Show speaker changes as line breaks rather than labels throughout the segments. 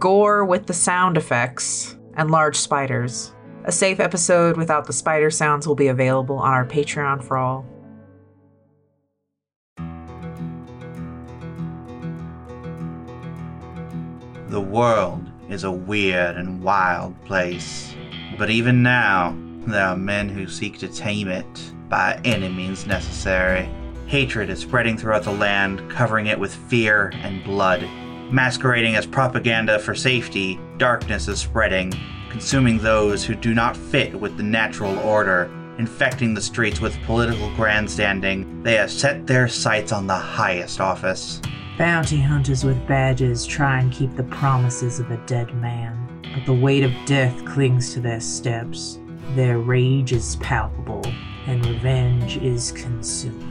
gore with the sound effects, and large spiders. A safe episode without the spider sounds will be available on our Patreon for all.
The world is a weird and wild place, but even now, there are men who seek to tame it by any means necessary. Hatred is spreading throughout the land, covering it with fear and blood. Masquerading as propaganda for safety, darkness is spreading, consuming those who do not fit with the natural order. Infecting the streets with political grandstanding, they have set their sights on the highest office.
Bounty hunters with badges try and keep the promises of a dead man, but the weight of death clings to their steps. Their rage is palpable, and revenge is consuming.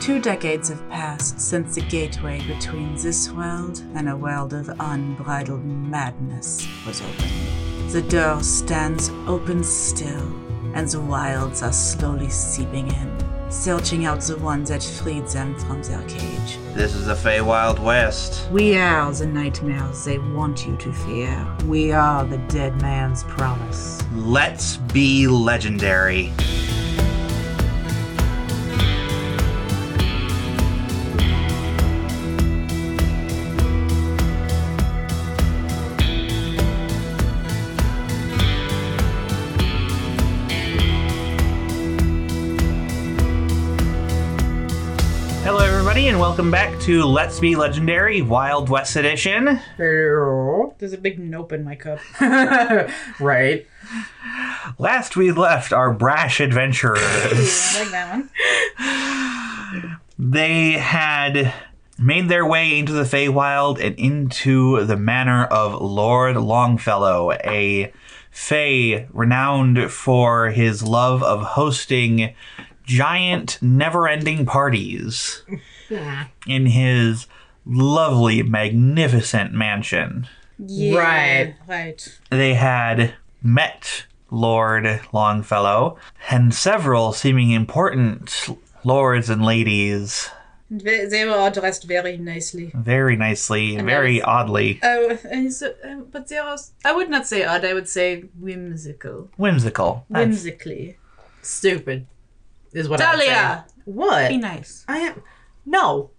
Two decades have passed since the gateway between this world and a world of unbridled madness was opened. The door stands open still, and the wilds are slowly seeping in, searching out the ones that freed them from their cage.
This is the Feywild West.
We are the nightmares they want you to fear. We are the dead man's promise.
Let's be legendary.
Hello, everybody, and welcome back to Let's Be Legendary Wild West Edition.
There's a big nope in my cup. right.
Last we left our brash adventurers,
Like that one.
they had made their way into the Feywild and into the manor of Lord Longfellow, a Fey renowned for his love of hosting giant, never ending parties in his lovely, magnificent mansion.
Yeah,
Right.
Right.
they had met Lord Longfellow and several seeming important lords and ladies
They, they were all dressed very nicely.
very nicely,
And
very
that's-
oddly,
Oh, and Oh, so, uh, but they are. I would not say odd. I would say whimsical,
whimsical. That's-
whimsically.
Stupid is what
Dahlia,
What?
be nice.
I am no,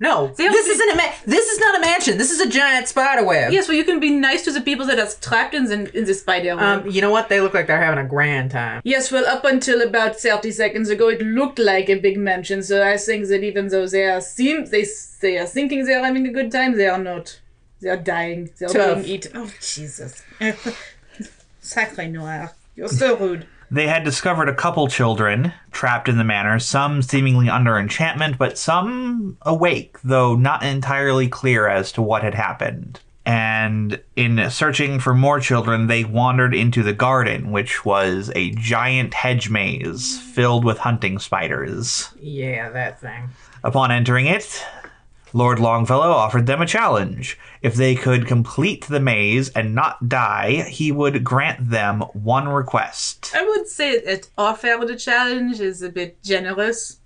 no.
They don't
this
do-
isn't a ma- this is not a mansion. This is a giant spider web.
Yes, well, you can be nice to the people that are trapped in the in the spider web.
Um, you know what? They look like they're having a grand time.
Yes, well, up until about 30 seconds ago, it looked like a big mansion, so I think that even though they are seem they, they are thinking they are having a good time, they are not. They are dying. They are
Tough.
being eaten. Oh, Jesus. Sacre noir. You're so rude.
They had discovered a couple children trapped in the manor, some seemingly under enchantment, but some awake, though not entirely clear as to what had happened. And in searching for more children, they wandered into the garden, which was a giant hedge maze filled with hunting spiders.
Yeah, that thing.
Upon entering it, Lord Longfellow offered them a challenge. If they could complete the maze and not die, he would grant them one request.
I would say that offer the challenge is a bit generous.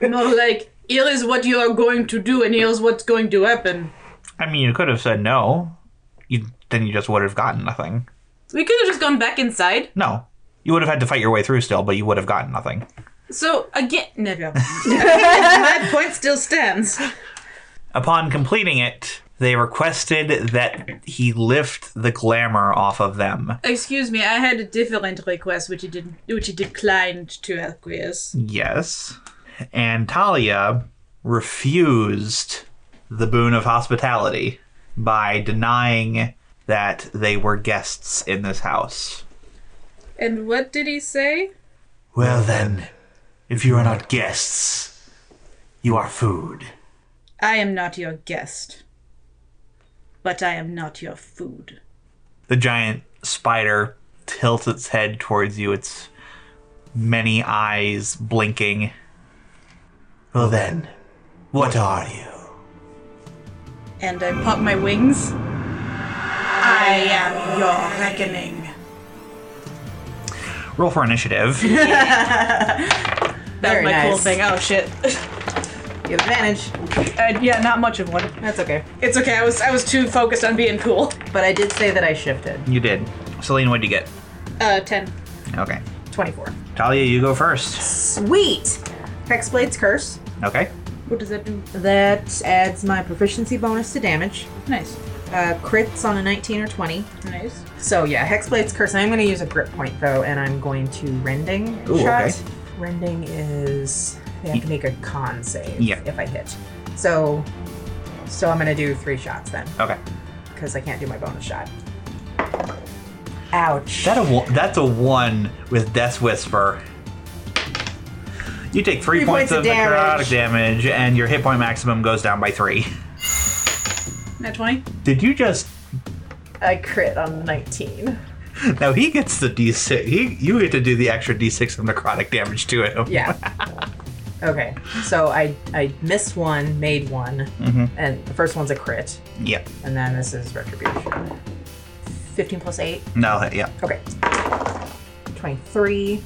More like, here is what you are going to do, and here's what's going to happen.
I mean, you could have said no. You then you just would have gotten nothing.
We could have just gone back inside.
No, you would have had to fight your way through still, but you would have gotten nothing.
So, again, never. that point still stands.
Upon completing it, they requested that he lift the glamour off of them.
Excuse me, I had a different request which you didn't which you declined to acquiesce.
Hmm. Yes, and Talia refused the boon of hospitality by denying that they were guests in this house.
And what did he say?
Well then, if you are not guests, you are food.
I am not your guest. But I am not your food.
The giant spider tilts its head towards you, its many eyes blinking. Well, then, what are you?
and I pop my wings. I am your reckoning.
Roll for initiative.
Very
my cool
nice.
thing. Oh shit.
You have advantage,
Uh, yeah, not much of one. That's okay. It's okay. I was I was too focused on being cool.
but I did say that I shifted.
you did. Celine, what'd you get?
Uh, 10,
Okay.
24.
Talia, you go first.
Sweet! Hexblade's Curse.
Okay.
What does that do?
That adds my proficiency bonus to damage.
Nice,
Uh, crits on a 19 or 20.
nice.
So yeah, Hexblade's Curse. I'm going to use a grip point though, and I'm going to Rending
Ooh,
shot.
okay.
Rending is they have to make a con save
Yeah.
if I hit. So, so I'm going to do three shots then
Okay.
because I can't do my bonus shot. Ouch.
That a one, that's a one with Death Whisper. You take three,
Three
points, of,
points of
necrotic damage, and your hit point maximum goes down by three.
Not 20?
Did you just?
I crit on 19.
Now he gets the d6. He, you get to do the extra d6 of necrotic damage to him.
Yeah. okay. So I I missed one, made one,
Mm-hmm.
and the first one's a crit,
Yep.
and then this is retribution. 15 plus 8.
No. Yeah.
Okay. 23,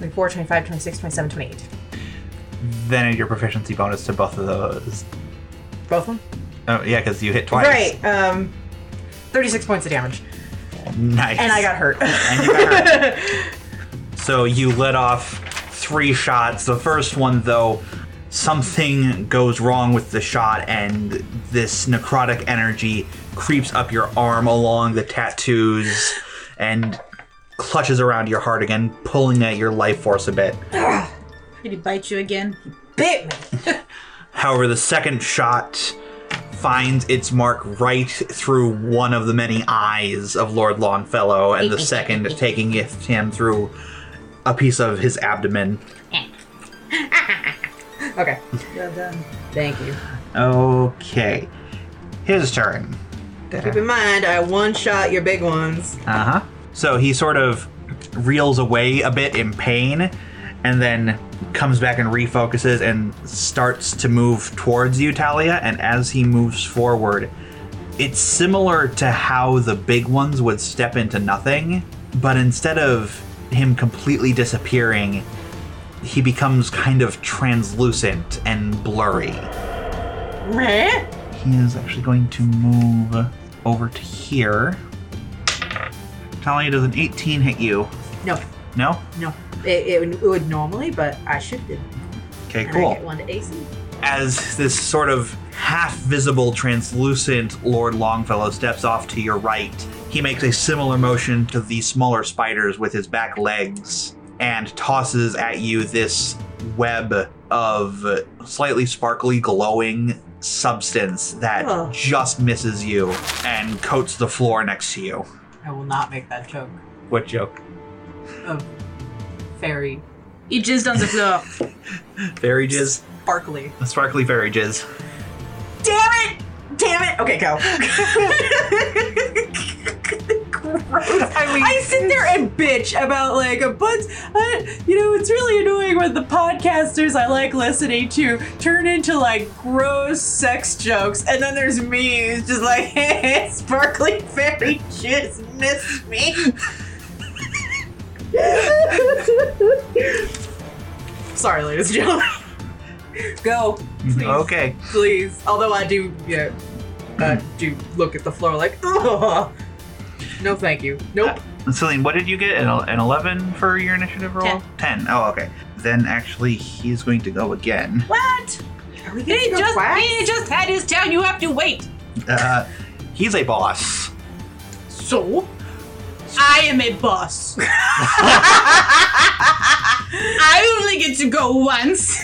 24, 25, 26, 27, 28.
Then add your proficiency bonus to both of those.
Both of them?
Oh yeah, because you hit twice.
Right. Um, 36 points of damage.
Nice.
And I got hurt.
And you got hurt. so you let off three shots. The first one, though, something goes wrong with the shot, and this necrotic energy creeps up your arm along the tattoos and clutches around your heart again, pulling at your life force a bit.
Did he bite you again?
Bit me.
However, the second shot finds its mark right through one of the many eyes of Lord Longfellow, and the second taking it- him through a piece of his abdomen.
Okay.
Well done.
Thank you.
Okay. His turn.
Keep in mind, I one shot your big ones.
Uh huh. So he sort of reels away a bit in pain and then comes back and refocuses and starts to move towards you, Talia. And as he moves forward, it's similar to how the big ones would step into nothing, but instead of him completely disappearing, he becomes kind of translucent and blurry. He is actually going to move over to here. Talia, does an 18 hit you?
No,
No?
no. It, it, would- it would normally, but I shifted.
Okay,
And I
cool.
get one to AC.
as this sort of half visible, translucent Lord Longfellow steps off to your right, he makes a similar motion to the smaller spiders with his back legs and tosses at you this web of slightly sparkly, glowing substance that
Oh.
just misses you and coats the floor next to you.
I will not make that joke
What joke?
of fairy
He jizzed on the floor.
Fairy jizz?
sparkly.
Sparkly fairy jizz.
Damn it! Damn it! Okay, go.
I mean,
I sit there and bitch about like a bunch. I, you know, it's really annoying when the podcasters I like listening to turn into like gross sex jokes, and then there's me who's just like, sparkly fairy just missed me. Sorry, ladies and gentlemen. Go, please,
Okay.
please. Although I do, yeah, I
Hmm.
do look at the floor like, oh, no, thank you, nope.
And Celine, what did you get? An, an 11 for your initiative roll? 10. Oh, okay. Then actually, he's going to go again.
what? He just, he just had his turn. You have to wait.
Uh, he's a boss.
So? I am a boss. I only get to go once.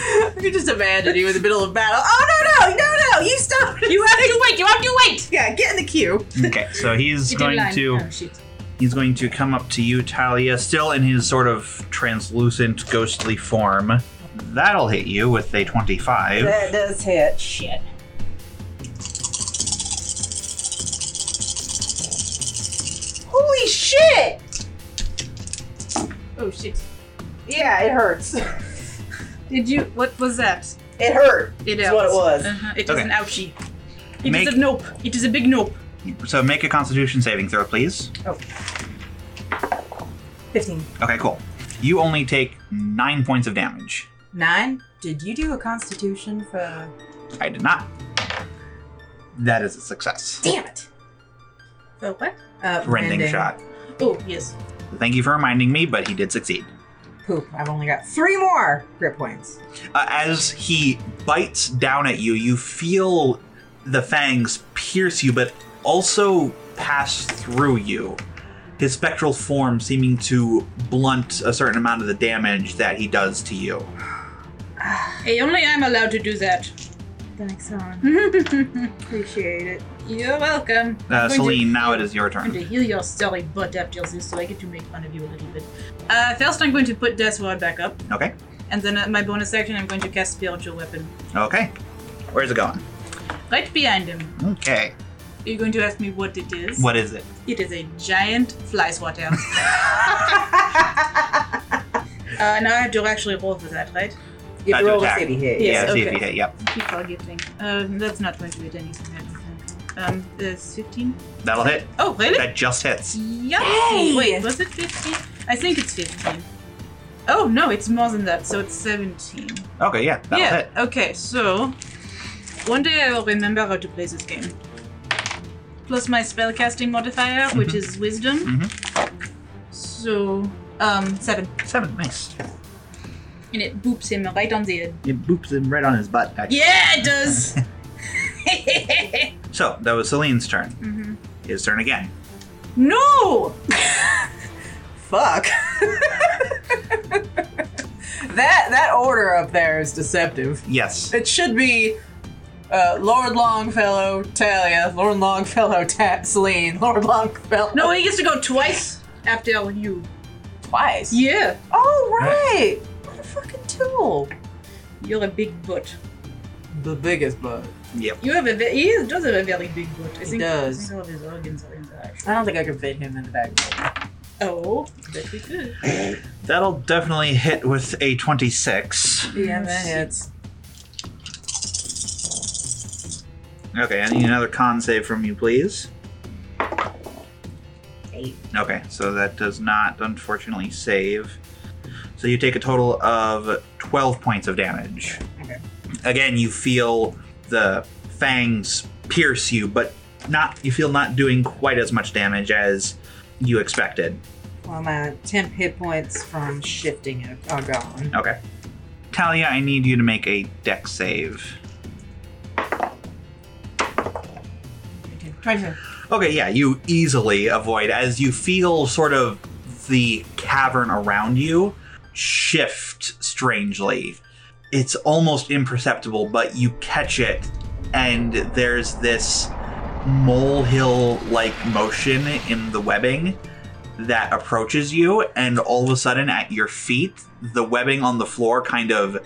I can just imagine you in the middle of battle. Oh no no no no! You stop!
You have to wait. You have to wait.
Yeah, get in the queue.
Okay, so he's
Get in
going
line.
to
Oh, shit.
he's going to come up to you, Talia, still in his sort of translucent, ghostly form. That'll hit you with a 25.
That does hit. Shit. Holy shit!
Oh shit!
Yeah, it hurts.
Did you? What was that?
It hurt.
It
That's what it
hurts.
was.
Uh-huh. It is
Okay.
an ouchie. It is
Make-
a nope. It is a big nope.
So make a constitution saving throw, please.
15.
Okay, cool. You only take nine points of damage.
Nine? Did you do a constitution for.
I did not. That is a success.
Damn it!
Oh what?
Uh,
Rending shot.
Oh yes.
Thank you for reminding me, but he did succeed.
Poop. I've only got three more grit points.
Uh, as he bites down at you, you feel the fangs pierce you, but also pass through you. His spectral form seeming to blunt a certain amount of the damage that he does to you. Uh,
Hey, only I'm allowed to do that.
Thanks, hon.
You're
Appreciate it.
welcome.
Uh,
I'm going to-
Celine, now it is your
I'm going
turn.
to heal your sorry butt up, Chelsea, so I get to make fun of you a little bit. Uh, first, I'm going to put Death Ward back up,
Okay.
and then at my bonus action, I'm going to cast Spiritual Weapon
Okay. Where's it going?
right behind him.
Okay.
You're going to ask me what it is.
What is it?
It is a giant fly swatter. uh, now I have to actually roll for that, right?
If
Uh, to
you roll a
attack.
city hit.
Yes,
yeah, see if
okay.
you hit. Yep.
Keep forgetting. Um, that's not going to be anything. I don't think. Um, there's 15.
That'll hit.
Oh, really?
That just hits.
Yup.
Yay!
Wait, was it 15? I think it's 15. Oh, no, it's more than that, so it's 17.
Okay, yeah, that'll
yeah,
hit.
okay, so. One day I will remember how to play this game. Plus my spellcasting modifier,
Mm-hmm.
which is wisdom. So, um, seven.
Seven, nice.
And it boops him right on the head.
It boops him right on his butt. actually.
Yeah, it does!
So that was Celine's turn. His turn again.
no!
Fuck. that that order up there is deceptive.
Yes.
It should be uh, Lord Longfellow, Talia, Lord Longfellow, Ta- Celine, Lord Longfellow.
No, he gets to go twice after you.
twice.
Yeah,
Oh right. What a fucking tool.
you're a big butt.
The biggest bug.
Yep.
You have a ve- he does have a very big butt. I
He
think
does.
I think all of his organs are intact.
I don't think I could fit him in the bag.
Oh, that we could.
That'll definitely hit with a 26.
Yeah, that hits.
Okay, I need another con save from you, please. Eight. Okay, so that does not, unfortunately, save. So you take a total of 12 points of damage.
Okay.
Again, you feel the fangs pierce you, but not you feel not doing quite as much damage as you expected.
Well, my temp hit points from shifting are-
Oh,
are gone.
Okay. Talia, I need you to make a deck save.
Twenty-two.
Okay, yeah, you easily avoid as you feel sort of the cavern around you shift strangely. It's almost imperceptible, but you catch it, and there's this molehill like motion in the webbing that approaches you, and all of a sudden, at your feet, the webbing on the floor kind of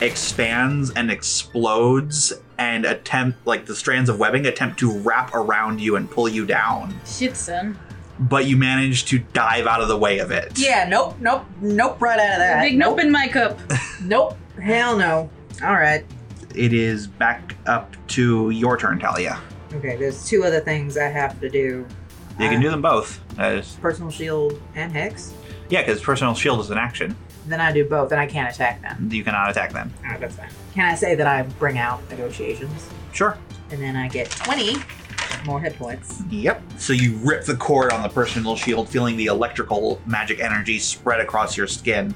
expands and explodes and attempt like the strands of webbing attempt to wrap around you and pull you down
Shit, son.
but you manage to dive out of the way of it
Yeah, nope, nope, nope, right out of that.
Big nope in my cup.
Nope. Hell no. All right.
it is back up to your turn talia
Okay, there's two other things I have to do
you can do them both that is
personal shield and hex.
yeah because personal shield is an action
Then I do both, and I can't attack them.
you cannot attack them
Alright, Ah, that's fine. Can I say that I bring out negotiations?
sure
And then I get 20 more hit points.
yep so you rip the cord on the personal shield feeling the electrical magic energy spread across your skin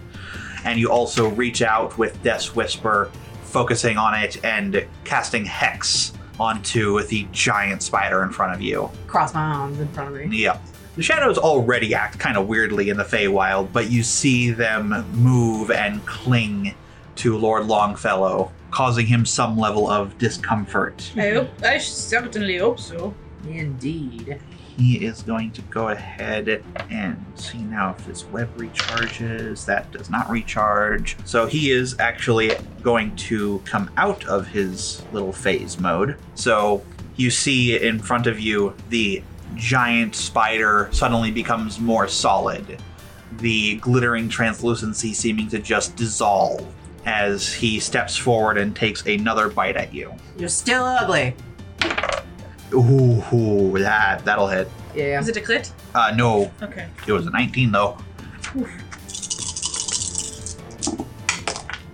and you also reach out with death's whisper focusing on it and casting hex onto the giant spider in front of you
Cross my arms in front of me.
Yep. The shadows already act kind of weirdly in the Feywild, but you see them move and cling to Lord Longfellow, causing him some level of discomfort.
I hope. I sh- certainly hope so.
Indeed.
he is going to go ahead and see now if this web recharges. That does not recharge. So he is actually going to come out of his little phase mode. So you see in front of you the giant spider suddenly becomes more solid, the glittering translucency seeming to just dissolve as he steps forward and takes another bite at you.
You're still ugly.
Ooh, that that'll hit.
Yeah.
Is it a crit?
Uh, no,
Okay.
it was a 19 though.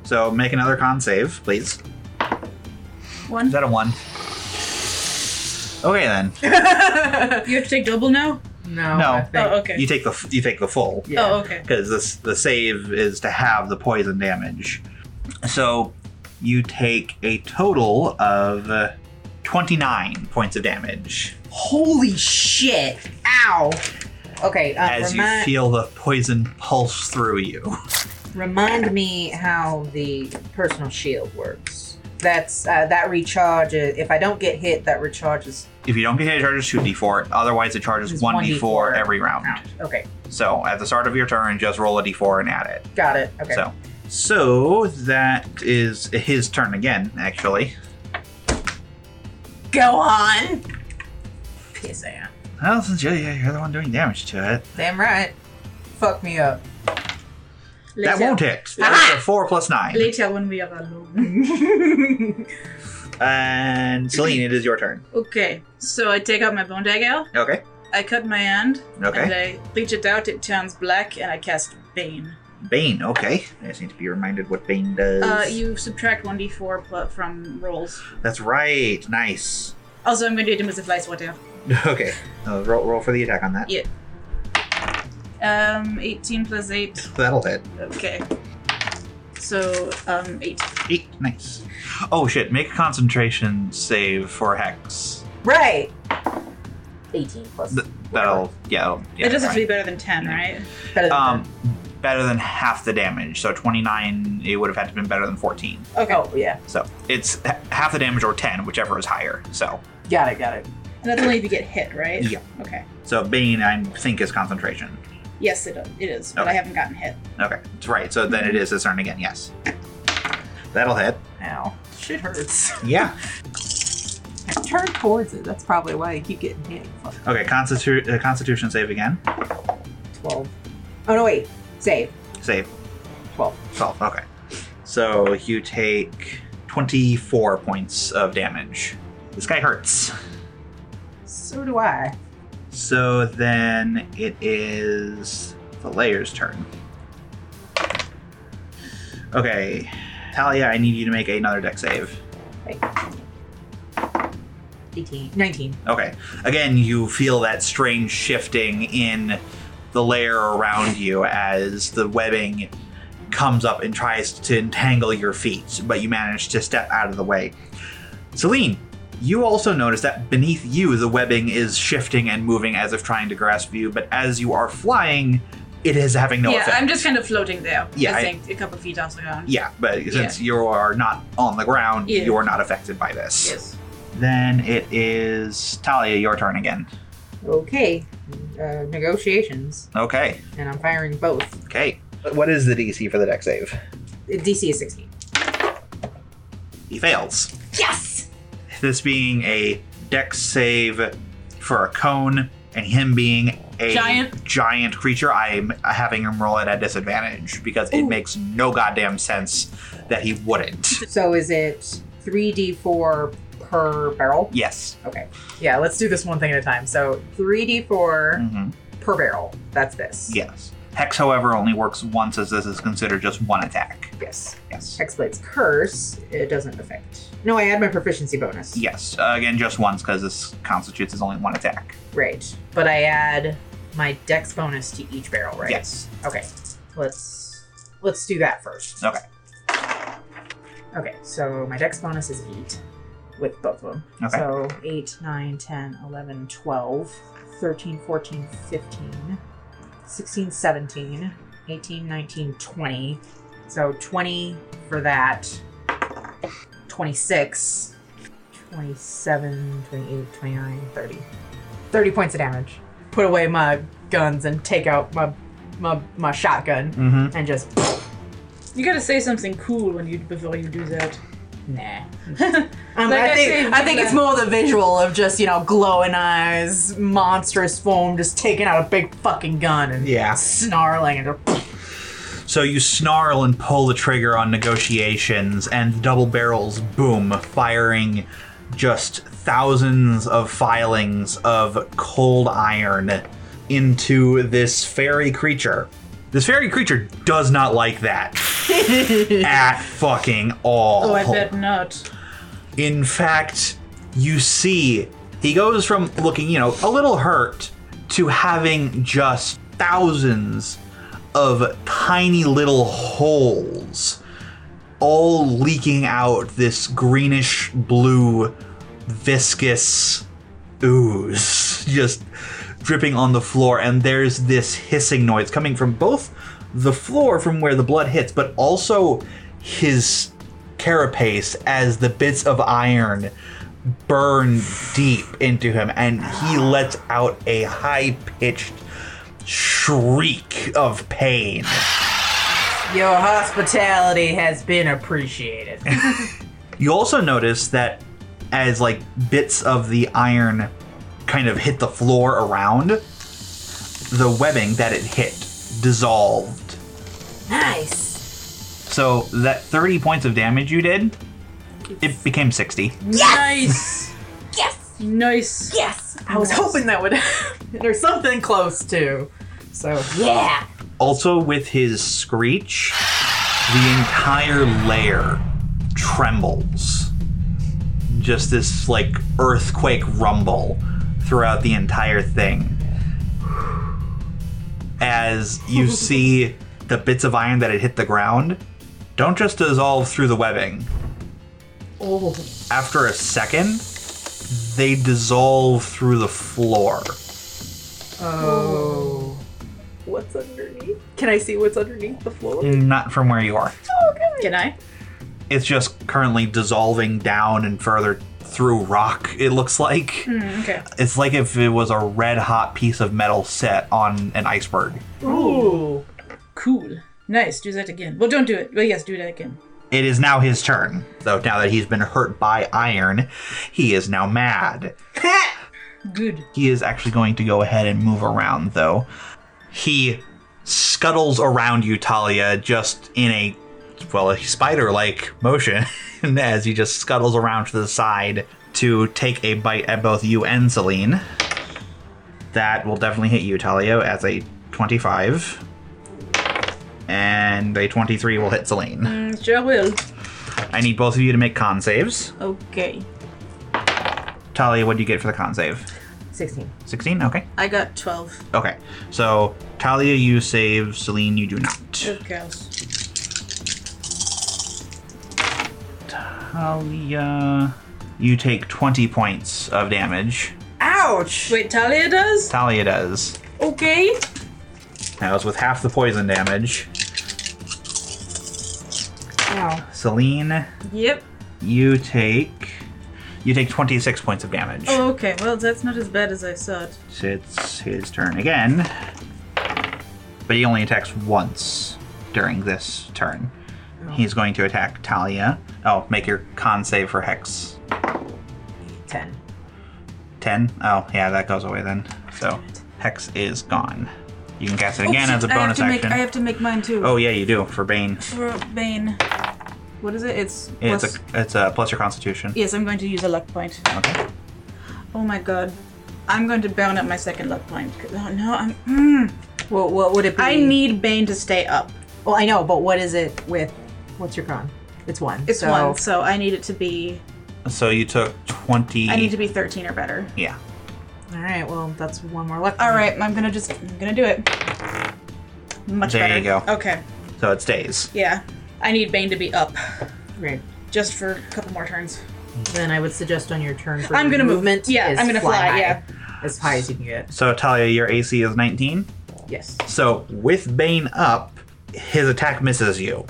So make another con save, please.
One.
Is that a one? Okay then.
You have to take double now?
No.
No.
I think-
Oh, okay.
You take the f- you take the full
yeah.
Oh, okay.
because this the save is to have the poison damage. So you take a total of uh, 29 points of damage
Holy shit! Ow. Okay. Uh,
as you
remind,
feel the poison pulse through you.
remind me how the personal shield works. That's uh, that recharges. If I don't get hit, that recharges.
If you don't get hit, it charges 2d4. Otherwise, it charges
It's
1d4,
1d4
every round.
Ouch. Okay.
So at the start of your turn, just roll a d4 and add it.
Got it. Okay.
So, so that is his turn again. Actually,
Go on. Pizzazz.
well, since you're, you're the one doing damage to it,
Damn right. Fuck me up.
that
Later.
won't hit. That's a four plus nine.
Later when we are alone.
And Celine, it is your turn.
okay. So I take out my bone dagger.
Okay.
I cut my hand. And
Okay.
I reach it out. It turns black, and I cast Bane.
Bane. Okay. I just need to be reminded what Bane does.
Uh, you subtract 1d4 pl- from rolls.
That's right. Nice.
Also, I'm going to hit him with the fly swatter.
Okay. Uh, roll, roll for the attack on that.
Yeah. Um, 18 plus 8.
That'll hit.
Okay. So, um, 8.
Eight. Nice.
Oh shit, make a concentration save for Hex.
Right. 18 plus.
Th- That'll, yeah. that'll- yeah
it doesn't have to
right.
be better than 10, right?
better than
Um, better than half the damage. So 29, it would have had to been better than 14.
that. Oh, yeah.
So it's h- half the damage or 10, whichever is higher. So
Got it, got it.
And that's only if you get hit, right?
Yeah.
Okay.
So Bane, I think, is concentration.
Yes, it, it is, but I
Okay.
haven't gotten hit.
Okay, that's right. So then it is his turn again. Yes, that'll hit.
Ow. Shit hurts.
Yeah.
Turn towards it. That's probably why you keep getting hit. Fuck.
Okay. Constitu- uh, Constitution save again.
12. Oh, no, wait. Save.
Save
12.
twelve. Okay. So you take twenty-four points of damage. This guy hurts.
So do I.
So then it is the layer's turn. Okay, Talia, I need you to make another deck save.
18. 19.
Okay. Again, you feel that strange shifting in the layer around you as the webbing comes up and tries to entangle your feet, but you manage to step out of the way. Celine, you also notice that beneath you the webbing is shifting and moving as if trying to grasp you, but as you are flying, it is having no
yeah,
effect.
I'm just kind of floating there.
Yeah,
I,
I-
think a couple feet off the ground.
yeah, but since you are not on the ground,
Yeah.
you are not affected by this.
Yes.
Then it is Talia, your turn again.
Okay. Uh, negotiations.
Okay.
And I'm firing both.
Okay. What is the DC for the deck save?
DC is 16.
He fails.
Yes!
This being a deck save for a cone, and him being a
Giant.
giant creature, I'm having him roll it at disadvantage because it makes no goddamn sense that he wouldn't.
So is it 3d4 per barrel?
Yes.
Yeah, let's do this one thing at a time. So 3d4
hmm
per barrel. That's this.
Yes. Hex, however, only works once as this is considered just one attack.
Yes.
Yes.
Hexblade's curse, it doesn't affect. No, I add my proficiency bonus.
Yes. Uh, again, just once because this constitutes as only one attack.
Right. But I add my dex bonus to each barrel, right?
Yes.
Okay. Let's let's do that first.
Okay.
Okay, so my dex bonus is 8 with both of them.
Okay.
So 8, 9, 10, 11, 12, 13, 14, 15, 16, 17, 18, 19, 20. So 20 for that, 26, 27, 28, 29, 30.
30 points of damage. Put away my guns and take out my my, my shotgun and just
You gotta say something cool when you before you do that.
nah. Um,
Like
I
I
think
say,
I think
Vina-
it's more the visual of just you know glowing eyes, monstrous form, just taking out a big fucking gun and
Yeah.
snarling and just,
So you snarl and pull the trigger on negotiations, and double barrels boom, firing just thousands of filings of cold iron into this fairy creature. This fairy creature does not like that at fucking all.
Oh, I bet not.
In fact, you see, he goes from looking, you know, a little hurt to having just thousands of tiny little holes all leaking out this greenish blue viscous ooze just dripping on the floor and there's this hissing noise coming from both the floor from where the blood hits but also his carapace as the bits of iron burn deep into him and he lets out a high-pitched shriek of pain
Your hospitality has been appreciated.
You also notice that as like bits of the iron kind of hit the floor around, the webbing that it hit dissolved.
nice.
So that 30 points of damage you did, it became 60.
Nice.
Yes,
Nice.
yes. I was hoping that would happen or something close to. So yeah,
Also, with his screech, the entire lair trembles. Just this like earthquake rumble throughout the entire thing. As you see the bits of iron that had hit the ground don't just dissolve through the webbing. After a second, they dissolve through the floor.
what's underneath? Can I see what's underneath the floor?
Not from where you are.
Can I?
it's just currently dissolving down and further through rock it looks like
Okay.
it's like if it was a red hot piece of metal set on an iceberg
Ooh. Cool. Nice. Do that again. Well, don't do it. But yes, do that again.
it is now his turn though now that he's been hurt by iron he is now mad
Good.
he is actually going to go ahead and move around though he scuttles around you talia just in a well a spider-like motion as he just scuttles around to the side to take a bite at both you and celine that will definitely hit you talia as a 25 and a 23 will hit celine
Mm, Sure will.
i need both of you to make con saves
Okay.
talia what do you get for the con save
Sixteen.
16 okay
I got 12.
Okay, so Talia, you save. Celine, you do not.
Of course.
Talia, you take 20 points of damage.
Ouch.
Wait, Talia does?
Talia does.
Okay.
That was with half the poison damage.
Ow.
Celine,
Yep.
you take. You take 26 points of damage.
Oh, okay. Well, that's not as bad as I thought.
It's his turn again. But he only attacks once during this turn. He's going to attack Talia. Oh, make your con save for Hex.
Ten.
10. Oh, yeah, that goes away then. So, Hex is gone. You can cast it again as a bonus
I have to
action.
Make, I have to make mine too.
Oh, yeah, you do for Bane.
For Bane. What is it? It's.
It's
plus-
a it's a plus your Constitution.
Yes, I'm going to use a luck point.
Okay.
Oh my god. I'm going to burn up my second luck point. Oh no, I'm. Mm.
What what would it be?
I need Bane to stay up.
Well, I know, but what is it with? What's your con? It's one.
It's
so-
one, so I need it to be.
So you took 20.
I need to be 13 or better.
Yeah.
All right. Well, that's one more luck.
All right, I'm gonna just. I'm gonna do it. Much
There
better.
you go.
Okay.
So it stays.
Yeah. I need Bane to be up,
Great.
just for a couple more turns.
Then I would suggest on your turn for
I'm gonna move.
movement.
Yeah,
is
I'm gonna fly,
high,
yeah.
as high as you can get.
So, Talia, your AC is 19.
Yes.
So, with Bane up, his attack misses you.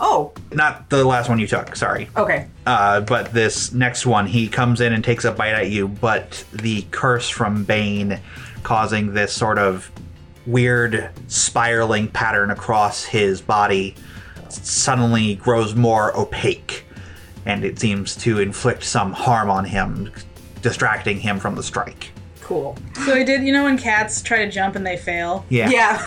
Oh,
Not the last one you took, sorry.
okay.
Uh, but this next one, he comes in and takes a bite at you, but the curse from Bane causing this sort of weird spiraling pattern across his body suddenly grows more opaque and it seems to inflict some harm on him, distracting him from the strike.
Cool.
So I did, you know, when cats try to jump and they fail.
Yeah.
Yeah.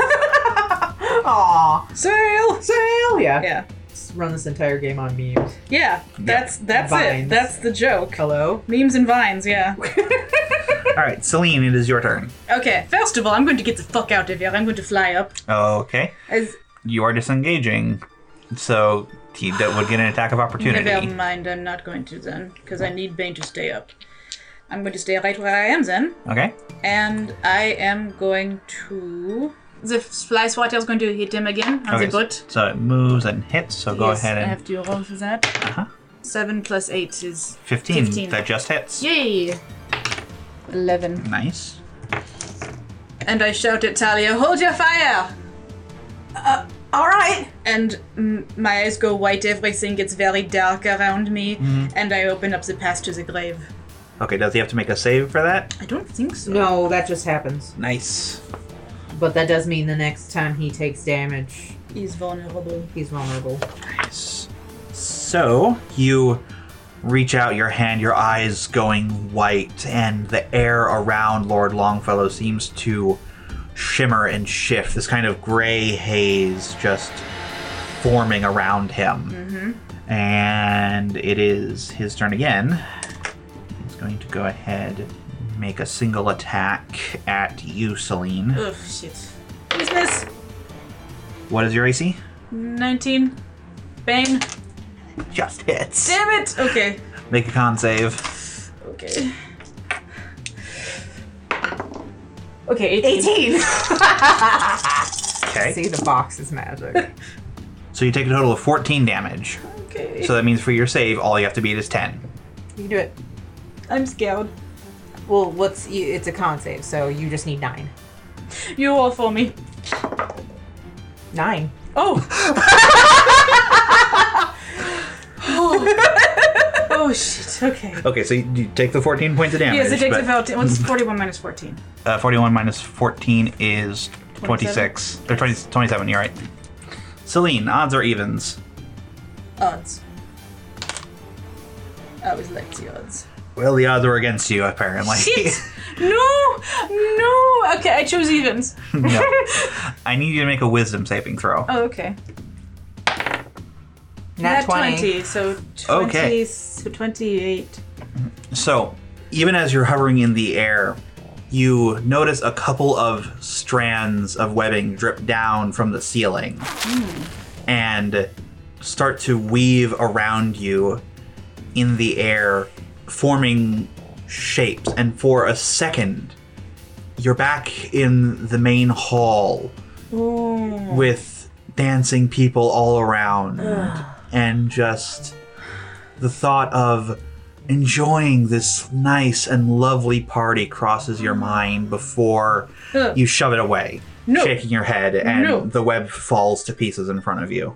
Aw.
Sail.
Sail. Yeah.
Yeah.
Let's run this entire game on memes.
Yeah. That's that's
Vines.
it. That's the joke.
Hello?
Memes and vines. Yeah.
All right, Celine, it is your turn.
Okay. First of all, I'm going to get the fuck out of here. I'm going to fly up.
Okay.
As
You are disengaging, so he d- would get an attack of opportunity.
Never mind, I'm not going to then, because I need Bane to stay up. I'm going to stay right where I am then,
Okay.
and I am going to. The fly swatter is going to hit him again on
okay.
the butt.
So it moves and hits, so go
yes,
ahead
I
and.
have to roll for that.
Uh-huh.
Seven plus eight is
15.
15.
That just hits.
yay, eleven.
Nice.
And I shout at Talia, "Hold your fire!" Uh,
All right.
And mm, my eyes go white. Everything gets very dark around me, and I open up the path to the grave.
Okay, does he have to make a save for that?
I don't think so.
oh,
No, that just happens.
Nice.
But that does mean the next time he takes damage,
He's vulnerable.
he's vulnerable.
Nice. So, you reach out your hand, your eyes going white, and the air around Lord Longfellow seems to shimmer and shift. This kind of gray haze just forming around him. Mm-hmm. And it is his turn again. He's going to go ahead and make a single attack at you, Celine.
Oh shit! Is this?
What is your AC?
19. Bane.
Just hits.
Damn it! Okay.
Make a con save.
Okay.
Okay, 18. 18.
Okay.
See, the box is magic.
So you take a total of 14 damage.
Okay.
So that means for your save, all you have to beat is 10.
You can do it.
I'm scared.
Well, what's you- it's a con save, so you just need nine.
You all for me.
Nine.
Oh! oh. oh shit, okay.
Okay, so you, you take the 14 points of damage.
Yes, it takes
but,
about. What's 41 minus 14?
uh, 41 minus 14 is 26. Or 20, 27, you're right. Celine, odds or evens?
Odds. I always liked the odds.
Well, the odds were against you, apparently.
Shit! no! No! Okay, I chose evens.
No. I need you to make a wisdom saving throw.
Oh, okay.
Nat
Nat
20.
so 20,
Okay.
so 28.
So, even as you're hovering in the air, you notice a couple of strands of webbing drip down from the ceiling
Hmm.
and start to weave around you in the air, forming shapes. And for a second, you're back in the main hall with dancing people all around and just the thought of enjoying this nice and lovely party crosses your mind before you shove it away, shaking your head, and
No.
the web falls to pieces in front of you.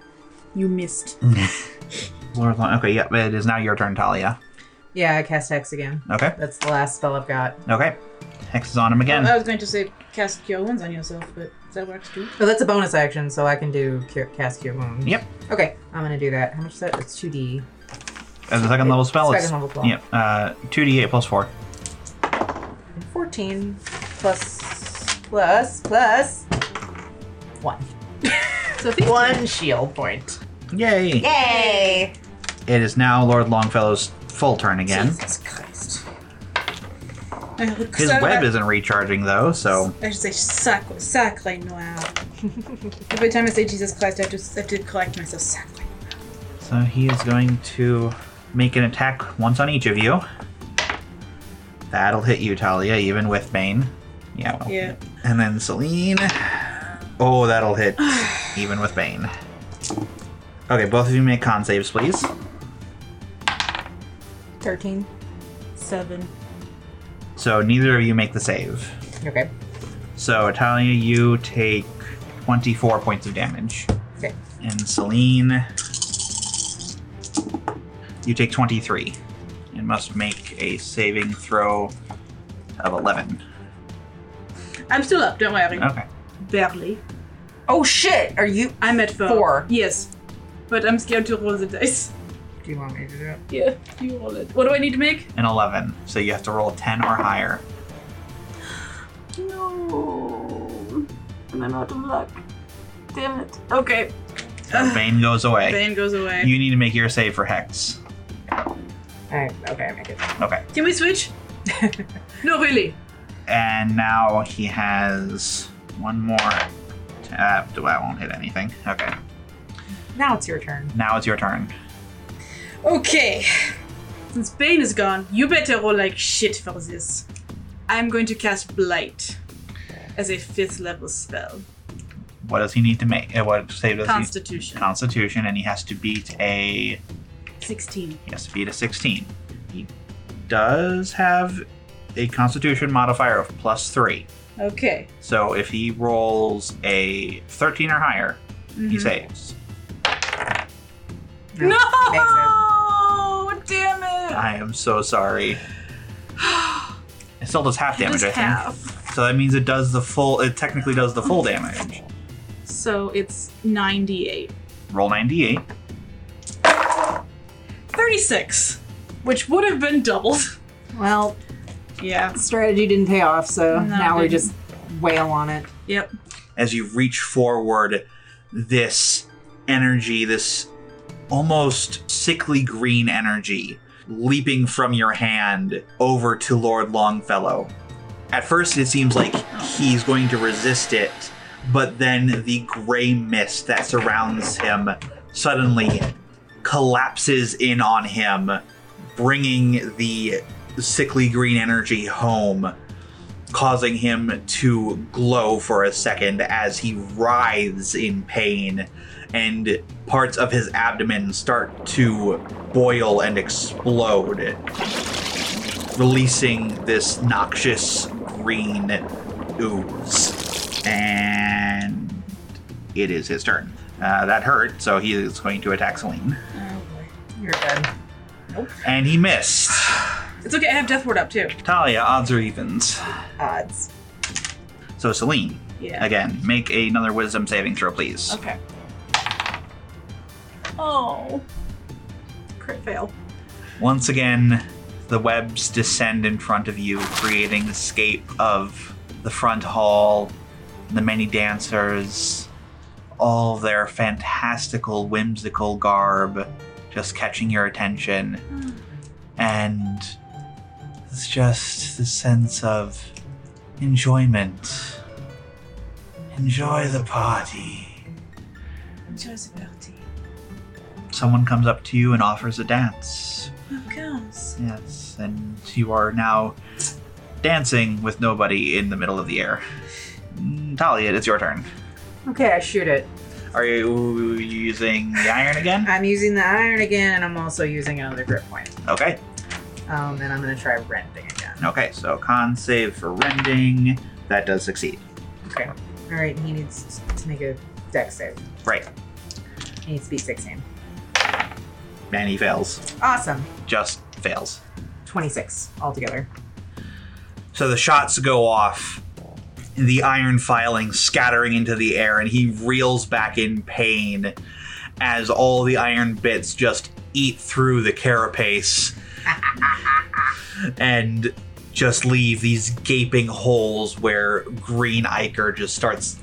You missed.
Mm-hmm. Lord, Lon- okay, yep, it is now your turn, Talia.
Yeah, I cast Hex again.
Okay,
That's the last spell I've got.
okay. Hex is on him again.
Oh.
I was going to say cast cure wounds on yourself, but that works too.
But that's a bonus action, so I can do cure, cast Cure Wounds.
Yep.
Okay, I'm gonna do that. How much is that? It's 2d.
As a second level spell, it's
Second level spell.
yep, uh, 2d8 plus 4.
14 plus plus plus one.
So 15.
One shield point.
Yay!
Yay!
It is now Lord Longfellow's full turn again.
Jesus Christ.
His web isn't recharging though, so
I should say sacre, sacre noir. Every time I say Jesus Christ, I have to, I have to correct myself. Sacre.
so he is going to make an attack once on each of you. That'll hit you, Talia, even with Bane. Yeah. well.
Yeah.
And then Celine. Oh, that'll hit even with Bane. Okay, both of you make con saves, please.
13.
Seven.
So neither of you make the save.
Okay.
So Talia, you take 24 points of damage.
Okay.
And Celine, You take 23 and must make a saving throw of 11.
I'm still up, don't worry.
Okay.
Barely.
Oh shit! Are you?
I'm at four.
Four.
Yes. But I'm scared to roll the dice.
Do you want me to do it?
Yeah, you roll it. What do I need to make?
An 11. So you have to roll a 10 or higher.
No. And I'm out of luck. Damn it. Okay.
So Bane goes away.
Bane goes away.
You need to make your save for Hex.
All right. Okay, I make it.
Okay.
Can we switch? no, really.
And now he has one more. Uh, do I won't hit anything. Okay.
Now it's your turn.
Now it's your turn.
Okay. Since Bane is gone, you better roll like shit for this. I'm going to cast Blight as a fifth level spell.
What does he need to make? Uh, what save does he?
Constitution.
Constitution, and he has to beat a.
16.
He has to beat a 16. He does have a Constitution modifier of plus three.
Okay.
So if he rolls a 13 or higher, he
Mhm.
saves.
No.
No! Damn it!
I am so sorry. It still does half Oh. damage,
Just
I think.
half.
So that means it does the full. It technically does the full damage.
So it's 98.
Roll 98.
36. Which would have been doubled.
Well,
Yeah.
strategy didn't pay off, so
No,
now we
didn't.
just wail on it.
Yep.
as you reach forward, this energy, this almost sickly green energy, leaping from your hand over to Lord Longfellow. At first, it seems like he's going to resist it, but then the gray mist that surrounds him suddenly collapses in on him, bringing the sickly green energy home causing him to glow for a second as he writhes in pain, and parts of his abdomen start to boil and explode, releasing this noxious green ooze. And it is his turn. Uh, that hurt, so he is going to attack Celine.
Oh, You're good.
And he missed.
It's okay, I have Death Ward up too.
Talia, odds or evens?
Odds.
So, Celine,
Yeah.
again, make another wisdom saving throw, please.
Okay. Oh. Crit fail.
Once again, the webs descend in front of you, creating the scape of the front hall, the many dancers, all their fantastical, whimsical garb just catching your attention.
Hmm.
And it's just the sense of enjoyment. Enjoy the party.
Enjoys the party.
Someone comes up to you and offers a dance.
Of course.
Yes, and you are now dancing with nobody in the middle of the air. Mm, Talia, it's your turn.
Okay, I shoot it.
Are you using the iron again?
I'm using the iron again, and I'm also using another grip point.
Okay.
Um, and I'm gonna try rending again.
Okay, so con save for rending. That does succeed.
All right, he needs to make a deck save.
Right.
He needs to beat 16.
And he fails.
Awesome.
Just fails.
26 altogether.
So the shots go off, the iron filing scattering into the air, and he reels back in pain as all the iron bits just eat through the carapace and just leave these gaping holes where green ichor just starts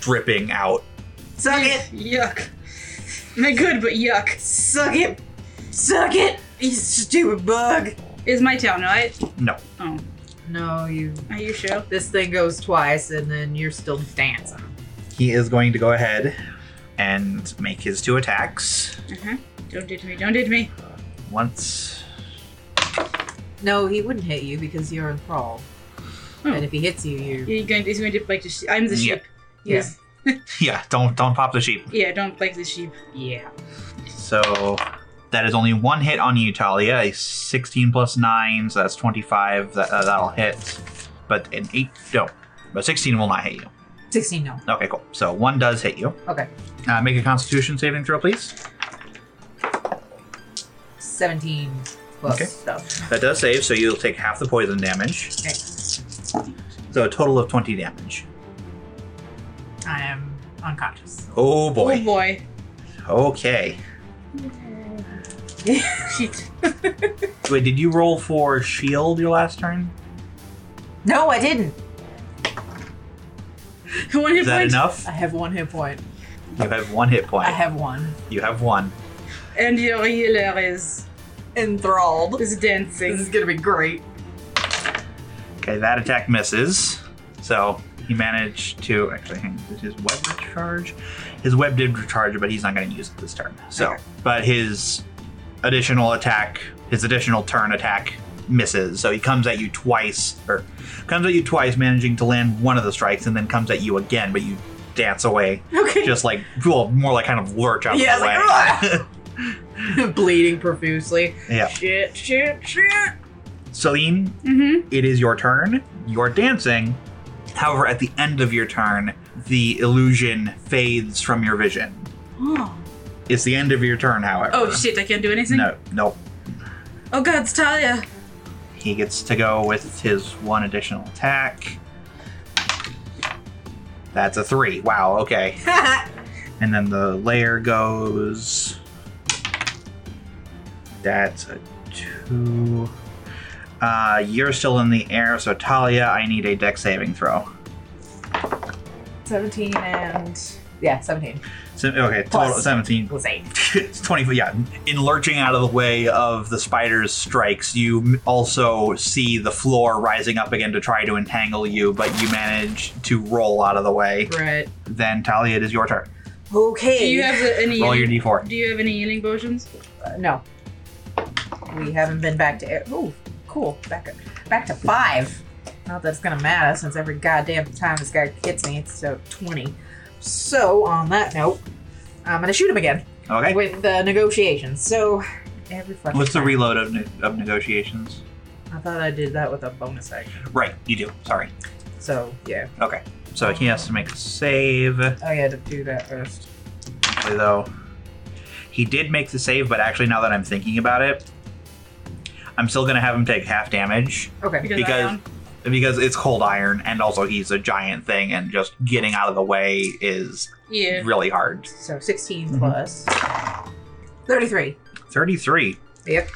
dripping out.
Suck it!
Yuck. My good, but yuck.
Suck it! Suck it! You stupid bug!
Is my town right?
No.
Oh.
No, you.
Are you sure?
This thing goes twice, and then you're still dancing.
He is going to go ahead and make his two attacks.
Don't hit me, don't hit me.
Once
No, he wouldn't hit you because you're in thrall.
Oh.
And if he hits you, you.
He's going, he's going to break the sheep. I'm the
Yeah.
sheep.
Yeah.
Yes.
Yeah, don't don't pop the sheep.
Yeah, don't break the sheep.
Yeah.
So that is only one hit on you, Talia. A 16 plus 9, so that's 25. That, uh, that'll hit. But an 8, no. But 16 will not hit you.
16, no.
Okay, cool. So one does hit you.
Okay.
Uh, make a constitution saving throw, please.
17 plus
Okay.
stuff.
That does save, so you'll take half the poison damage.
Okay.
So a total of 20 damage.
I am unconscious.
Oh
Oh
boy.
boy.
Okay.
Shit.
Wait, did you roll for shield your last turn?
No, I didn't.
One hit
Is that
point.
enough?
I have one hit point.
You have one hit point.
I have one.
you have one.
And your healer is
Enthralled.
is
This is
dancing.
gonna be great.
Okay, that attack misses. So he managed to actually hang on, did his web recharge. His web did recharge, but he's not going to use it this turn. So, but his additional attack, his additional turn attack misses. So he comes at you twice, or comes at you twice, managing to land one of the strikes, and then comes at you again, but you dance away,
Okay.
just like well, more like kind of lurch out
Yeah,
of the way.
it's Bleeding profusely.
yeah.
Shit, shit, shit.
Celine,
Mm-hmm.
it is your turn. You're dancing. However, at the end of your turn, the illusion fades from your vision.
Oh.
It's the end of your turn, however.
oh shit, I can't do anything?
No, nope.
Oh god, it's Talia.
He gets to go with his one additional attack. That's a three. Wow, okay. and then the layer goes. That's a two. Uh, you're still in the air, so Talia, I need a deck saving throw.
17 and. Yeah, 17.
So, okay, total
Plus.
17.
Plus 8.
it's 20 foot yeah in lurching out of the way of the spider's strikes you m- also see the floor rising up again to try to entangle you but you manage to roll out of the way
Right.
then talia it is your turn
Do
Okay.
you have uh, any
roll your
healing-
d4
Do you have any healing potions?
Uh, no. We haven't been back to air. Ooh, cool. Back up. Back to five. Not that it's gonna matter since every goddamn time this guy hits me, it's so twenty. So on that note, I'm gonna shoot him again
okay
with uh, negotiations. So every fucking
what's the
time.
reload of, ne- of negotiations
I thought I did that with a bonus action.
right you do sorry
So yeah.
okay so he has to make a save
I had to do that first.
Actually, though he did make the save but actually now that i'm thinking about it i'm still gonna have him take half damage
Okay.
I
Because-
don't-
because it's cold iron and also he's a giant thing and just getting out of the way is
yeah.
really hard
So 16
Mhm.
plus thirty-three.
33
Yep.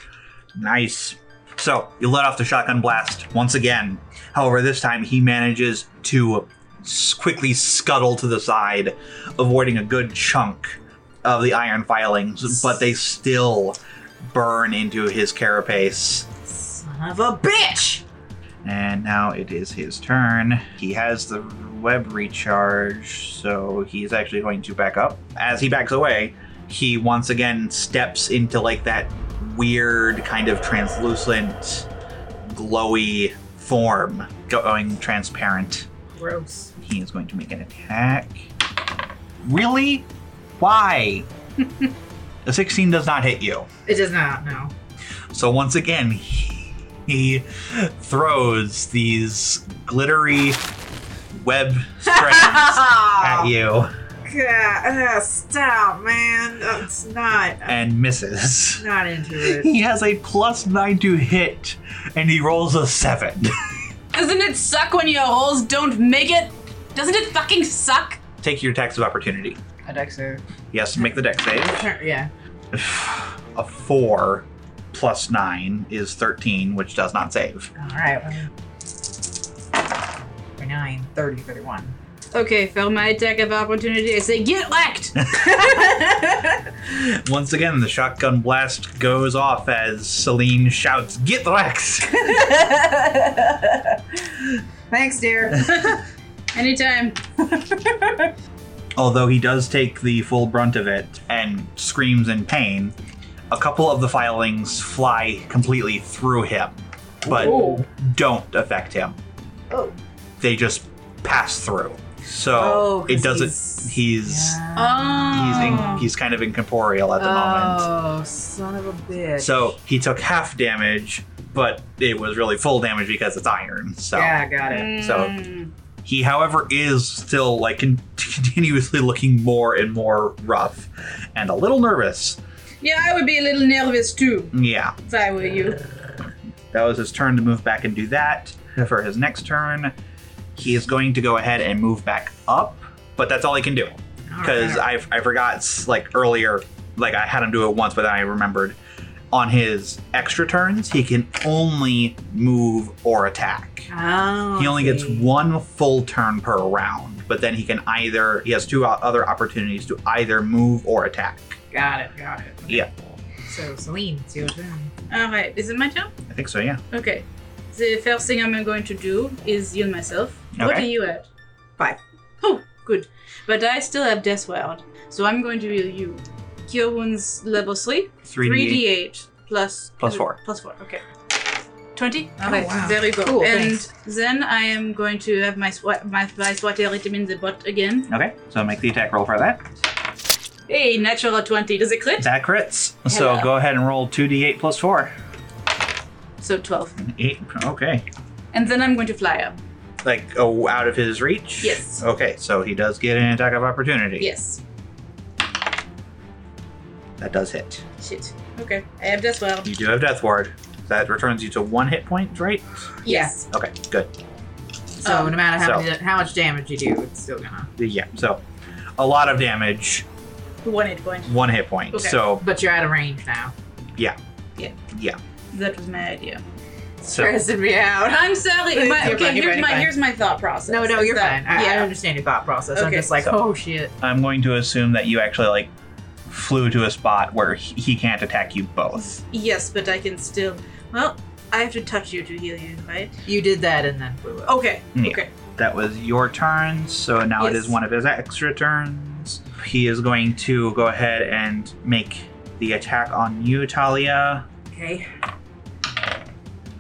nice so you let off the shotgun blast once again however this time he manages to s- quickly scuttle to the side avoiding a good chunk of the iron filings but they still burn into his carapace
Son of a bitch.
And now it is his turn. He has the web recharge, so he's actually going to back up. As he backs away, he once again steps into like that weird kind of translucent, glowy form, going transparent.
Gross.
He is going to make an attack. Really? Why? a 16 does not hit you.
It does not. No.
So once again, he throws these glittery web strands at you
God, uh, stop, man. It's not.
and misses.
Not into it.
He has a plus nine to hit, and he rolls a seven.
Doesn't it suck when your rolls don't make it? Doesn't it fucking suck?
Take your tax of opportunity.
A deck save.
Yes, make the deck save.
Yeah.
A four plus nine is 13, which does not save.
All right. Well. 9, 30, 31.
Okay, for my attack of opportunity, I say get whacked!
Once again, the shotgun blast goes off as Celine shouts, Get Rex!
Thanks, dear.
Anytime.
although he does take the full brunt of it and screams in pain, a couple of the filings fly completely through him, but don't affect him.
Oh.
They just pass through.
Oh,
So it doesn't. He's he's,
Oh.
in, he's kind of incorporeal at the moment.
Oh, son of a bitch.
So he took half damage, but it was really full damage because it's iron. So
Yeah, I got it.
So-
Mm.
he, however, is still like con- continuously looking more and more rough and a little nervous.
Yeah, I would be a little nervous too
Yeah.
if I were you.
That was his turn to move back and do that. For his next turn, he is going to go ahead and move back up, but that's all he can do. Because I, I forgot, s- like, earlier, like, I had him do it once, but then I remembered. On his extra turns, he can only move or attack.
Oh,
He only
I
gets
see.
one full turn per round, but then he can either, he has two o- other opportunities to either move or attack.
Got it. Got it. Okay.
Yeah.
So Celine, it's your turn.
All right, is it my turn?
I think so, yeah.
Okay. The first thing I'm going to do is heal myself. What
Okay.
are you at?
Five.
Oh, good. But I still have Death Ward, so I'm going to heal you. Cure wounds level three.
3
Three
d
D eight plus
Plus four.
Plus four. Okay. Twenty.
Oh,
okay,
wow.
there you go.
Cool,
and
thanks.
then I am going to have my swat, my, my swatter item in the butt again.
Okay, so make the attack roll for that.
Hey, natural twenty. Does it crit?
That crits. So
Hello.
go ahead and roll 2d8 plus 4.
So twelve.
8. Okay.
And then I'm going to fly up.
Like, oh, out of his reach?
Yes.
Okay, so he does get an attack of opportunity.
Yes.
That does hit.
Shit. Okay. I have Death Ward.
You do have Death Ward. That returns you to one hit point, right?
Yes.
Okay, good.
So
Um,
no matter how,
so-
many, how much damage you do, it's still gonna.
Yeah, so a lot of damage,
One hit point.
one hit point.
Okay.
So,
But you're out of range now.
yeah.
That was my idea.
So,
Stressing me out.
I'm sorry. My,
You're
okay,
fine, you're
here's
fine, you're
my
fine.
here's my thought process.
No, no,
Is
you're
that-
fine. I, I
yeah.
understand your thought process. I'm
Okay,
just like,
so-
oh shit.
I'm going to assume that you actually, like, flew to a spot where he he can't attack you both.
yes, but I can still. Well, I have to touch you to heal you, right?
You did that and then blew up.
Okay.
Yeah.
Okay.
That was your turn, so now it
Yes.
is one of his extra turns. He is going to go ahead and make the attack on you, Talia.
Okay.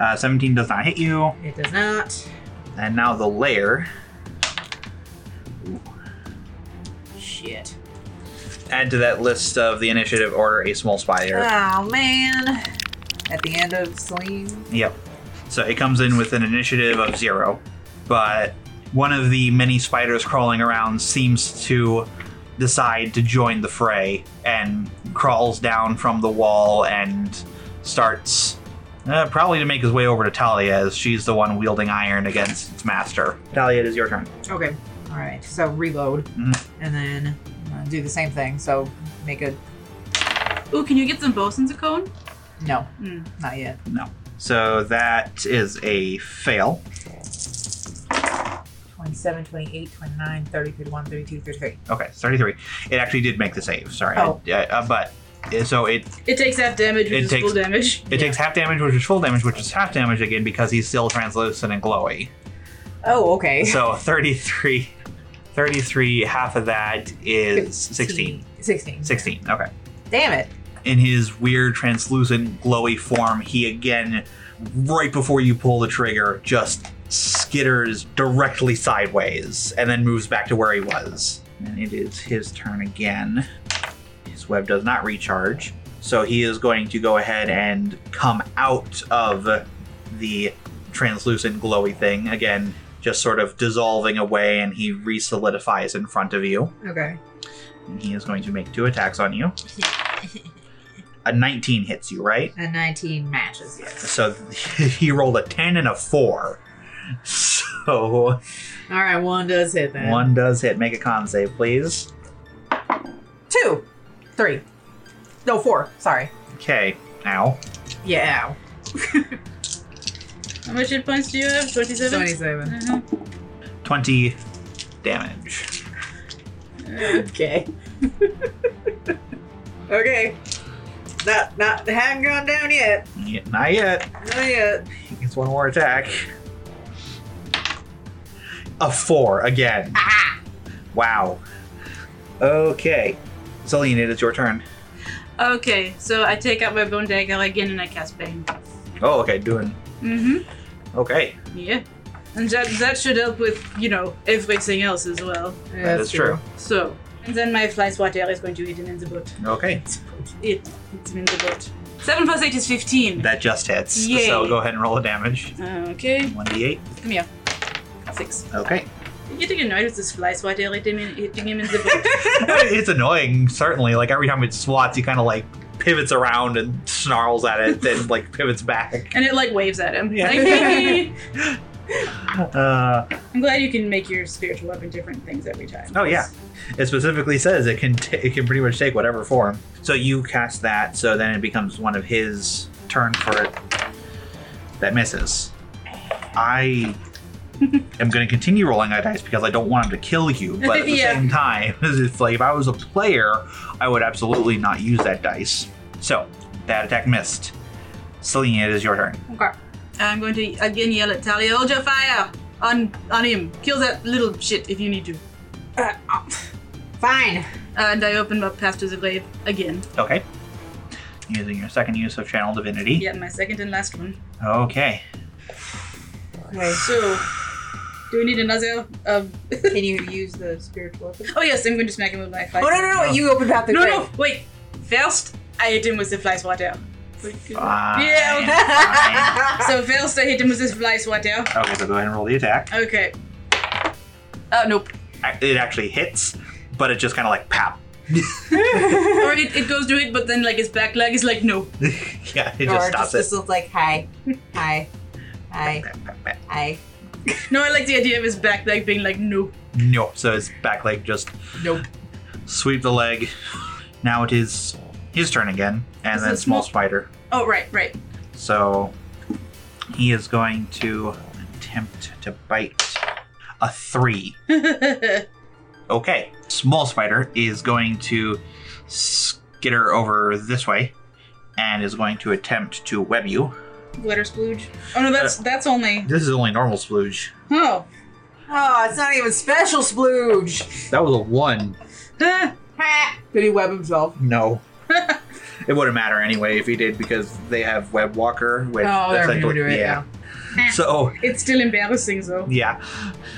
Uh, 17 does not hit you.
It does not.
And now the lair.
Shit.
Add to that list of the initiative order a small spider.
Oh man. At the end of Celine.
Yep. So it comes in with an initiative of zero, but one of the many spiders crawling around seems to decide to join the fray and crawls down from the wall and starts uh, probably to make his way over to Talia as she's the one wielding iron against its master. Talia, it is your turn.
Okay. All right. So reload,
Mhm.
and then uh, do the same thing. So make a
Ooh, can you get some bows in the cone?
no,
Hmm.
not yet.
So that is a fail.
27, 28, 29, 30, 31, 32, 33.
Okay, 33. It actually did make the save, sorry.
Oh.
I- uh, but so it
It takes half damage,
It
which is
takes-
full damage.
It takes half damage, which is full damage, which is half damage again because he's still translucent and glowy.
Oh, okay.
So 33, 33, half of that is 16.
16.
16, okay.
Damn it.
In his weird, translucent, glowy form, he again, right before you pull the trigger, just skitters directly sideways and then moves back to where he was. And it is his turn again. His web does not recharge. So he is going to go ahead and come out of the translucent, glowy thing again, just sort of dissolving away, and he re solidifies in front of you.
Okay.
And he is going to make two attacks on you. A 19 hits you, right?
And 19 matches, yes.
So he rolled a 10 and a 4. So
All right, one does hit then.
one does hit. Make a con save, please.
Two. Three. No, Oh, four. Sorry.
Okay. Ow.
Yeah. ow.
How much hit points do you have? 27?
27.
Uh-huh.
20 damage.
Okay. okay. Not, not, haven't gone down yet.
Yeah, Not yet.
Not yet.
He gets one more attack. A 4 again. Wow. Okay. Celine, it is your turn.
Okay, so I take out my bone dagger again and I cast Bane.
Oh, okay. Doing.
Mm
Okay.
hmm. Yeah. And that, that should help with, you know, everything else as well.
That is true.
So. And then my fly swatter is going to hit him in the butt.
Okay.
It hits him in the butt. 7 plus 8 is 15.
That just hits.
Yay.
So go ahead and roll the damage.
Ah, Okay,
1d8.
come here. Six.
Okay.
You getting annoyed with this fly swatter hitting him in, hitting him in the butt?
it's annoying, certainly. Like every time it swats, you kind of like pivots around and snarls at it, then like pivots back.
And it like waves at him.
Yeah.
Like, "Hey."
Uh,
I'm glad you can make your spiritual weapon different things every time.
oh yeah, it specifically says it can t- it can pretty much take whatever form. So you cast that, so then it becomes one of his turn for it that misses. I am going to continue rolling my dice because I don't want him to kill you. But at the
Yeah.
same time, it's like if I was a player, I would absolutely not use that dice. So that attack missed. Celine, it is your turn.
Okay. I'm going to again yell at Talia, hold your fire on on him. Kill that little shit if you need to.
Uh, um, Fine.
and I open up Pastor's Glaive again.
Okay. Using your second use of channel divinity.
Yeah, my second and last one.
Okay.
Okay.
So, do we need another? Um,
Can you use the spiritual weapon?
oh yes, I'm going to smack him with my fly.
Oh no no no! You opened out the
no,
grave.
no, wait. First, I hit him with the fly swatter.
Fine.
Yeah, okay.
Fine.
So first, I hit him with this fly swatter.
Okay, so go ahead and roll the attack.
Okay. Oh nope.
Ac- It actually hits, but it just kind of like pop.
or it, it goes to it, but then like his back leg is like no.
Yeah, it
or
just stops
just this look like hi, hi, hi,
it.
hi.
No, I like the idea of his back leg being like no.
No. So his back leg just
Nope.
sweep the leg. Now it is his turn again, and
Is
then
it
small
small-
spider.
Oh right, right.
So he is going to attempt to bite a three. Okay. Small spider is going to skitter over this way and is going to attempt to web you.
Glitter splooge. Oh no, that's that's only.
This is only normal splooge.
Oh.
Oh, it's not even special splooge.
That was a one.
Huh.
Ha! Did he web himself?
No. it wouldn't matter anyway if he did because they have web walker which
Oh, they're immune
essentially-
to it
yeah. So
It's still embarrassing though.
yeah.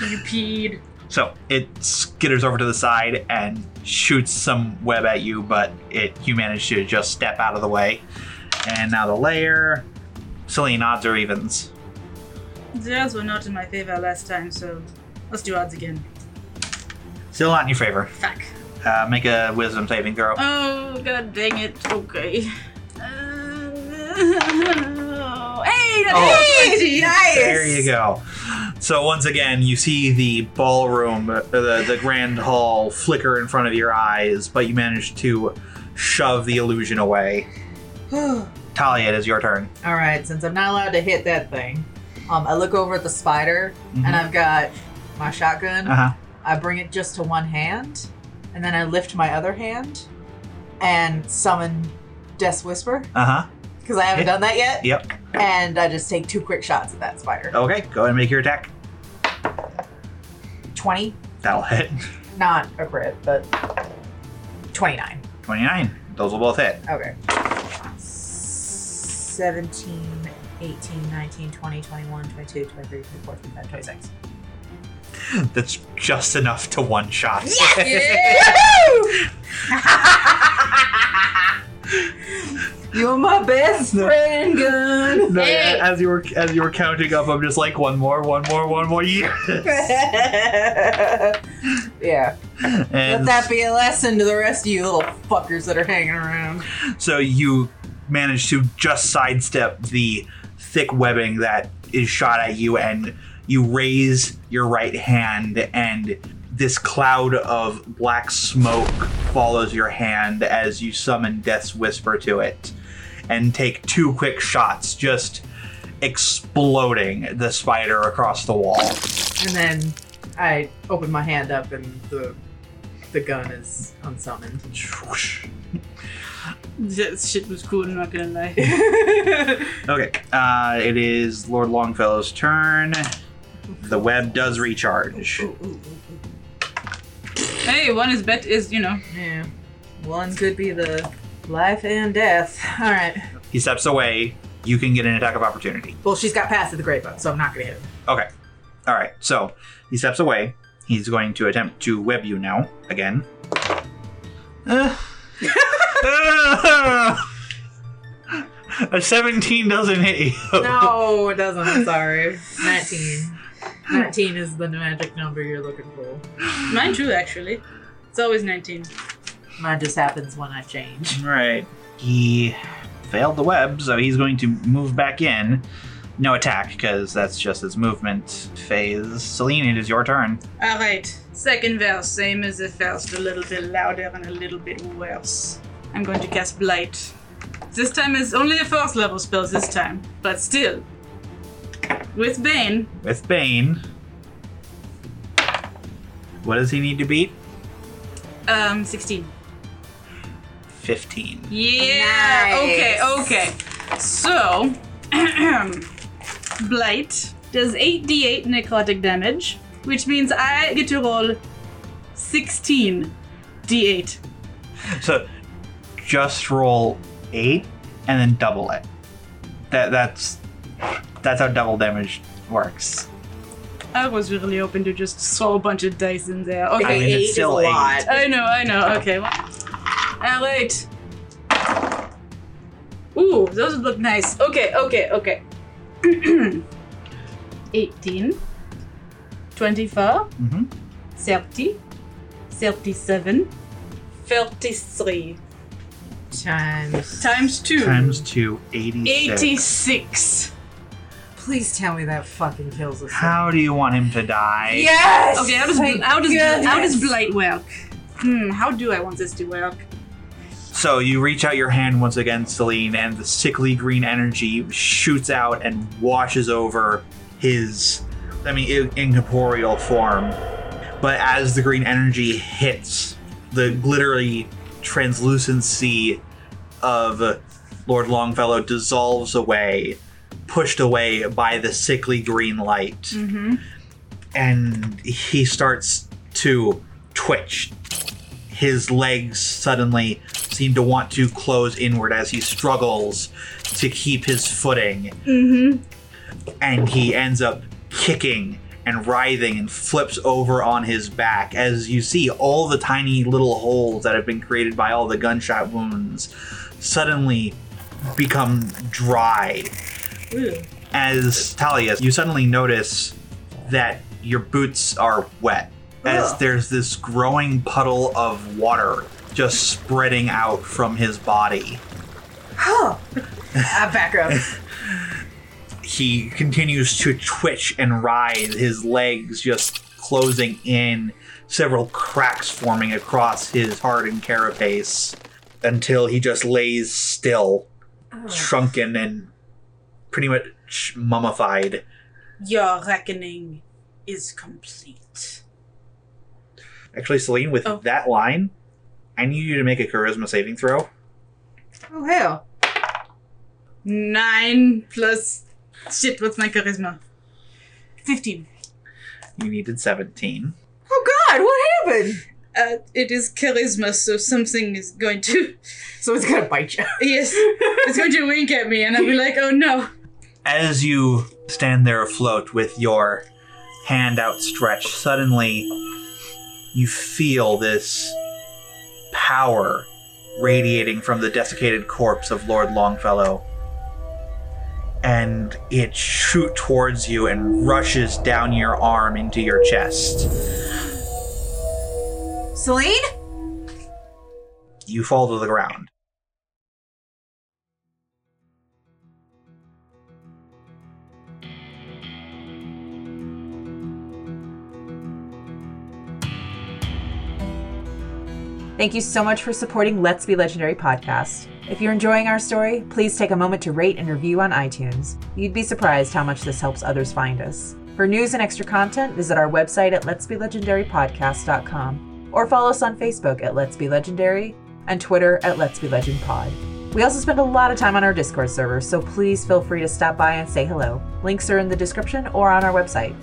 You peed.
So it skitters over to the side and shoots some web at you, but it you manage to just step out of the way. And now the layer. Celine, odds or evens?
The odds were not in my favor last time, so let's do odds again.
Still not in your favor.
Fuck.
Uh, make a wisdom saving throw.
Oh god dang it. Okay. Uh, hey, that's
Oh.
a 20.
There you go. So once again, you see the ballroom, uh, the the grand hall flicker in front of your eyes, but you manage to shove the illusion away. Talia, it is your turn.
All right, since I'm not allowed to hit that thing, um, I look over at the spider
Mm-hmm.
and I've got my shotgun.
Uh huh.
I bring it just to one hand, and then I lift my other hand and summon Death Whisper
Uh huh.
because I haven't
Yeah.
done that yet.
Yep.
And I just take two quick shots at that spider.
Okay, go ahead and make your attack.
Twenty,
That'll hit.
not a crit, but twenty-nine.
29. Those will both hit.
Okay. 17, 18, 19, 20, 21, 22, 23, 24, 25, 26.
That's just enough to one shot.
You're my best friend, gun.
No, yeah, uh, as you were as you were counting up, I'm just like one more, one more, one more. Yes.
yeah. Let
And
that be a lesson to the rest of you little fuckers that are hanging around.
so you manage to just sidestep the thick webbing that is shot at you, and you raise your right hand, and this cloud of black smoke follows your hand as you summon Death's Whisper to it, and take two quick shots, just exploding the spider across the wall.
And then I open my hand up and the the gun is unsummoned.
That shit was cool, I'm not gonna lie.
Okay, uh, it is Lord Longfellow's turn. The web does recharge.
hey, one is bet is, you know.
Yeah. One could be the life and death. All right.
He steps away. You can get an attack of opportunity.
Well, she's got past the great bow, so I'm not gonna hit him.
Okay. All right. So he steps away. He's going to attempt to web you now again. Uh. A 17 doesn't hit you.
No, it doesn't. I'm sorry. 19. 19 is the magic number you're looking for.
Mine too, actually. It's always 19.
Mine just happens when I change.
Right. He failed the web, so he's going to move back in. No attack, because that's just his movement phase. Celine, it is your turn.
All right, second verse, same as the first, a little bit louder and a little bit worse. I'm going to cast Blight. This time is only a first level spell, this time, but still. With Bane,
With Bane. What does he need to beat?
um, 16.
15.
Yeah.
Nice.
Okay. Okay. So, blight does 8d8 necrotic damage, which means I get to roll 16 d8.
So just roll eight and then double it. That that's that's how double damage works.
I was really hoping to just throw a bunch of dice in there. Okay.
I mean,
Eight
it's
is
still
a
eight.
lot.
I know. I know. Okay. Well, all right. Ooh, those look nice. Okay. Okay. Okay. 18, 24.
Mm-hmm.
30, 37, 33.
Times.
Times 2.
Times two, 86.
86.
Please tell me that fucking kills us.
How do you want him to die?
Yes.
Okay, how does, how, does, how does blight work? Hmm, how do I want this to work?
So you reach out your hand once again, Celine, and the sickly green energy shoots out and washes over his, I mean, i- incorporeal form. But as the green energy hits the glittery translucency of Lord Longfellow dissolves away, pushed away by the sickly green light,
Mm-hmm.
and he starts to twitch his legs suddenly seem to want to close inward as he struggles to keep his footing.
Mm-hmm.
And he ends up kicking and writhing and flips over on his back as you see all the tiny little holes that have been created by all the gunshot wounds suddenly become dry. As Talia, you suddenly notice that your boots are wet as there's this growing puddle of water just spreading out from his body.
I Uh, back up.
He continues to twitch and writhe, his legs just closing in, several cracks forming across his hardened carapace until he just lays still, shrunken and pretty much mummified.
Your reckoning is complete.
Actually, Celine, with
Oh.
that line, I need you to make a charisma saving throw.
Oh hell.
9 plus. Shit, what's my charisma? 15.
You needed 17.
Oh god, what happened?
Uh, it is charisma, so something is going to.
So it's gonna bite you.
Yes, it's going to wink at me, and I'll be like, oh no.
as you stand there afloat with your hand outstretched, suddenly you feel this power radiating from the desiccated corpse of Lord Longfellow. And it shoot towards you and rushes down your arm into your chest.
Celine?
You fall to the ground.
Thank you so much for supporting Let's Be Legendary podcast. If you're enjoying our story, please take a moment to rate and review on iTunes. You'd be surprised how much this helps others find us. For news and extra content, visit our website at letsbelegendarypodcast.com or follow us on Facebook at Let's Be Legendary and Twitter at Let's Be Legend Pod. We also spend a lot of time on our Discord server, so please feel free to stop by and say hello. Links are in the description or on our website.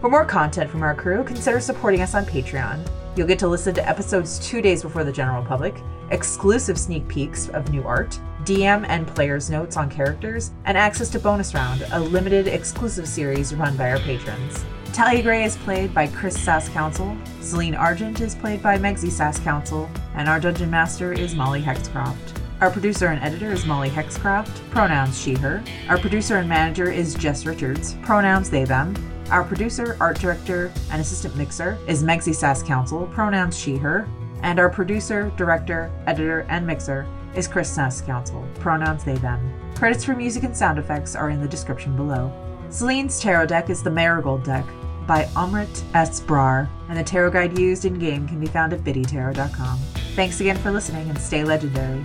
For more content from our crew, consider supporting us on Patreon. You'll get to listen to episodes two days before the general public, exclusive sneak peeks of new art, DM and players' notes on characters, and access to Bonus Round, a limited exclusive series run by our patrons. Talia Gray is played by Chris Sass Council, Celine Argent is played by Megzi Sass Council, and our Dungeon Master is Molly Hexcroft. Our producer and editor is Molly Hexcroft, pronouns she, her. Our producer and manager is Jess Richards, pronouns they, them. Our producer, art director, and assistant mixer is Megzi Sass Council, pronouns she, her. And our producer, director, editor, and mixer
is Chris Ness Council. Pronouns they them. Credits for music and sound effects are in the description below. Celine's tarot deck is the Marigold deck by Amrit S. Brar, and the tarot guide used in game can be found at biddytarot.com. Thanks again for listening and stay legendary.